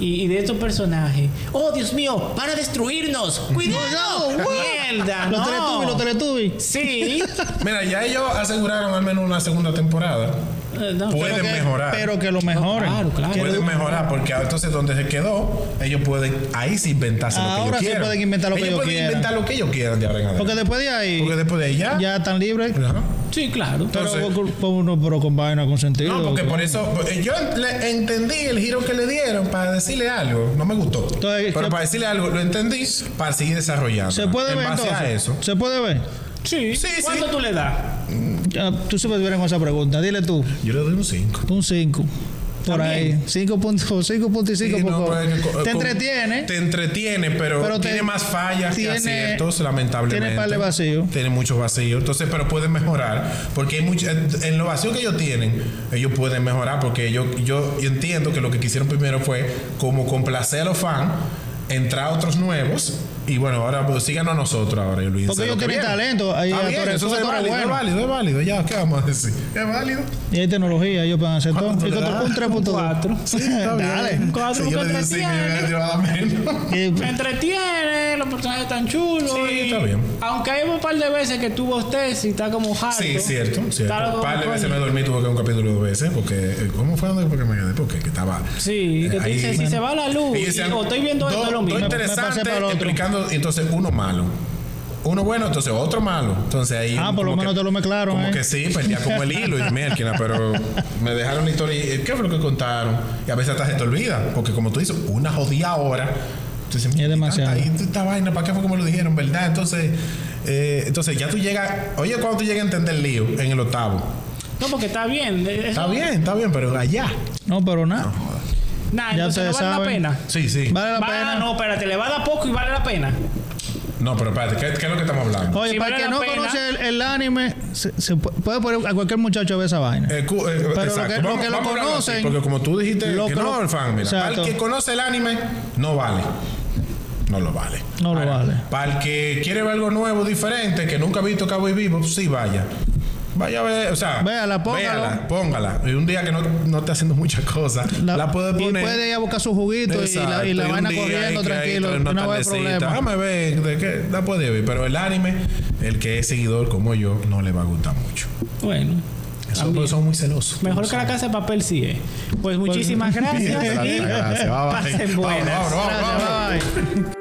Speaker 1: Y, y de estos personajes. ¡Oh, Dios mío! ¡Van a destruirnos! ¡Cuidado! ¡Mierda!
Speaker 2: Los
Speaker 1: Ah, no!
Speaker 2: Teletubbies, los Teletubbies.
Speaker 1: Sí.
Speaker 3: Mira, ya ellos aseguraron al menos una segunda temporada.
Speaker 1: Eh, no,
Speaker 3: Pueden
Speaker 2: Pero que-
Speaker 3: mejorar.
Speaker 2: Pero que lo mejoren.
Speaker 1: claro, claro.
Speaker 2: Que lo-
Speaker 3: Ah, pueden mejorar porque entonces donde se quedó, ellos pueden ahí sí inventarse lo que
Speaker 2: Ahora
Speaker 3: ellos
Speaker 2: sí
Speaker 3: quieran.
Speaker 2: pueden inventar lo que ellos
Speaker 3: pueden
Speaker 2: quieran.
Speaker 3: inventar lo que ellos quieran de ahora en adelante.
Speaker 2: Porque después de ahí
Speaker 3: Porque después de ahí ya.
Speaker 2: ya están libres.
Speaker 3: Ajá.
Speaker 1: Sí, claro.
Speaker 2: Pero,
Speaker 3: Entonces-
Speaker 2: con- con- no, pero con vaina con sentido.
Speaker 3: No, porque por eso eh, yo le- entendí el giro que le dieron para decirle algo, no me gustó.
Speaker 2: Entonces,
Speaker 3: pero
Speaker 2: ¿qué-
Speaker 3: para decirle algo lo entendí para seguir desarrollando.
Speaker 2: Se puede
Speaker 3: en
Speaker 2: ver
Speaker 3: base a
Speaker 2: entonces.
Speaker 3: eso.
Speaker 2: Se puede ver.
Speaker 1: Sí,
Speaker 3: Sí, sí.
Speaker 1: ¿Cuánto tú le das?
Speaker 2: Ya, tú siempre tuvieras con esa pregunta. Dile tú.
Speaker 3: Yo le doy un 5.
Speaker 2: Un 5. Por
Speaker 1: También.
Speaker 2: ahí. 5.5 por favor. Te entretiene.
Speaker 3: Te entretiene, pero,
Speaker 2: Pero te-
Speaker 3: tiene más fallas
Speaker 2: tiene-
Speaker 3: que aciertos, lamentablemente.
Speaker 2: tiene par de vacíos.
Speaker 3: Tiene muchos vacíos. Entonces, pero pueden mejorar. Porque hay mucho, en lo vacío que ellos tienen, ellos pueden mejorar. Porque yo, yo entiendo que lo que quisieron primero fue como complacer a los fans, entrar a otros nuevos. Y bueno, ahora pues, síganos a nosotros ahora, Luis.
Speaker 2: Porque ellos tienen talento, hay
Speaker 3: Ahí
Speaker 2: actores,
Speaker 3: Ah, eso
Speaker 2: son
Speaker 3: es
Speaker 2: actores
Speaker 3: válido, es
Speaker 2: buenos.
Speaker 3: válido, es válido. Ya, ¿qué vamos a decir? Es válido.
Speaker 2: Y hay tecnología, ellos pueden hacer todo.
Speaker 3: ¿Cuánto
Speaker 2: Y
Speaker 3: le
Speaker 2: con
Speaker 3: das?
Speaker 2: un 3.2.
Speaker 1: Cuatro.
Speaker 3: Sí, está bien.
Speaker 2: Dale.
Speaker 1: Un cuatro,
Speaker 3: Si yo
Speaker 1: un
Speaker 3: le digo sí,
Speaker 1: cuatro,
Speaker 3: me iba a menos.
Speaker 2: Y-
Speaker 1: Me entretiene, los personajes están chulos.
Speaker 3: Sí,
Speaker 1: y-
Speaker 3: está bien.
Speaker 1: Aunque hay un par de veces que tuvo usted y está como harto.
Speaker 3: Sí, cierto,
Speaker 1: Está
Speaker 3: cierto.
Speaker 1: como
Speaker 3: Un par de
Speaker 1: coño.
Speaker 3: veces me dormí, tuve que ver un capítulo dos veces, porque eh, ¿cómo fue donde porque me quedé? Porque que estaba.
Speaker 1: Sí, que tú
Speaker 3: Ahí-
Speaker 1: dices, si se va la luz,
Speaker 3: Y decían,
Speaker 1: y- o estoy viendo esto,
Speaker 3: dos-
Speaker 1: es lo mismo.
Speaker 3: dos
Speaker 2: Me pasé
Speaker 3: interesantes
Speaker 2: para el otro.
Speaker 3: explicando, entonces uno malo. Uno bueno, entonces otro malo. Entonces ahí.
Speaker 2: Ah, por lo
Speaker 3: como
Speaker 2: menos
Speaker 3: que-
Speaker 2: te lo mezclaron,
Speaker 3: Como
Speaker 2: ¿eh?
Speaker 3: que sí, perdía como el hilo y mierda, pero me dejaron la historia. y, ¿Qué fue lo que contaron? Y a veces hasta se te olvida, porque como tú dices, una jodida hora. Entonces, mierda,
Speaker 2: demasiado.
Speaker 3: tanta- y esta vaina, ¿para qué fue como lo dijeron, verdad? Entonces, eh, entonces ya tú llegas. Oye, cuando tú llegas a entender el lío en el octavo.
Speaker 1: No, porque está bien. eh, eso-
Speaker 3: Está bien, está bien, pero allá.
Speaker 2: No, pero nada.
Speaker 1: Nah,
Speaker 2: Ya
Speaker 1: entonces no
Speaker 2: ustedes
Speaker 1: vale la
Speaker 2: saben.
Speaker 1: pena.
Speaker 3: Sí, sí.
Speaker 2: Vale la
Speaker 1: Va-
Speaker 2: pena.
Speaker 1: No, espérate, le va a dar poco y vale la pena.
Speaker 3: No, pero espérate, ¿qué, qué es lo que estamos hablando?
Speaker 2: Oye,
Speaker 1: Si
Speaker 2: para
Speaker 1: vale
Speaker 2: el que
Speaker 1: la
Speaker 2: no
Speaker 1: pena.
Speaker 2: conoce el, el anime, se, se pu- puede poner a cualquier muchacho a ver esa vaina.
Speaker 3: Eh, cu- eh,
Speaker 2: Pero lo que- lo que lo
Speaker 3: a hablarlo así,
Speaker 2: conocen-
Speaker 3: porque como tú dijiste,
Speaker 2: lo
Speaker 3: que
Speaker 2: que
Speaker 3: no,
Speaker 2: lo-
Speaker 3: el fan, mira. Para
Speaker 2: Exacto.
Speaker 3: el que conoce el anime, no vale. No lo vale.
Speaker 2: No lo
Speaker 3: Ahora,
Speaker 2: vale.
Speaker 3: Para el que quiere ver algo nuevo, diferente, que nunca ha visto Cowboy Vivo, sí vaya. Vaya a ver, o sea.
Speaker 2: Véala, póngalo.
Speaker 3: véala, póngala. Y un día que no, no esté haciendo muchas cosas, la, puede poner.
Speaker 2: Y puede ir a buscar su juguito y la,
Speaker 3: Exacto,
Speaker 2: y la
Speaker 3: un
Speaker 2: vaina
Speaker 3: día
Speaker 2: corriendo
Speaker 3: ahí que hay
Speaker 2: tranquilo.
Speaker 3: otra-
Speaker 2: No,
Speaker 3: una
Speaker 2: va a haber
Speaker 3: tardecita.
Speaker 2: problema.
Speaker 3: Déjame ver de qué la puede ver. Pero el anime, el que es seguidor como yo, no le va a gustar mucho.
Speaker 1: Bueno.
Speaker 3: Esos pues, son muy celosos.
Speaker 1: Mejor que la casa de papel sí es. Pues muchísimas gracias. y
Speaker 3: Gracias, gracias. Bye, bye.
Speaker 1: pasen
Speaker 3: Vamos,
Speaker 1: buenas.
Speaker 3: vamos, vamos,
Speaker 2: Gracias,
Speaker 3: vamos.
Speaker 2: bye.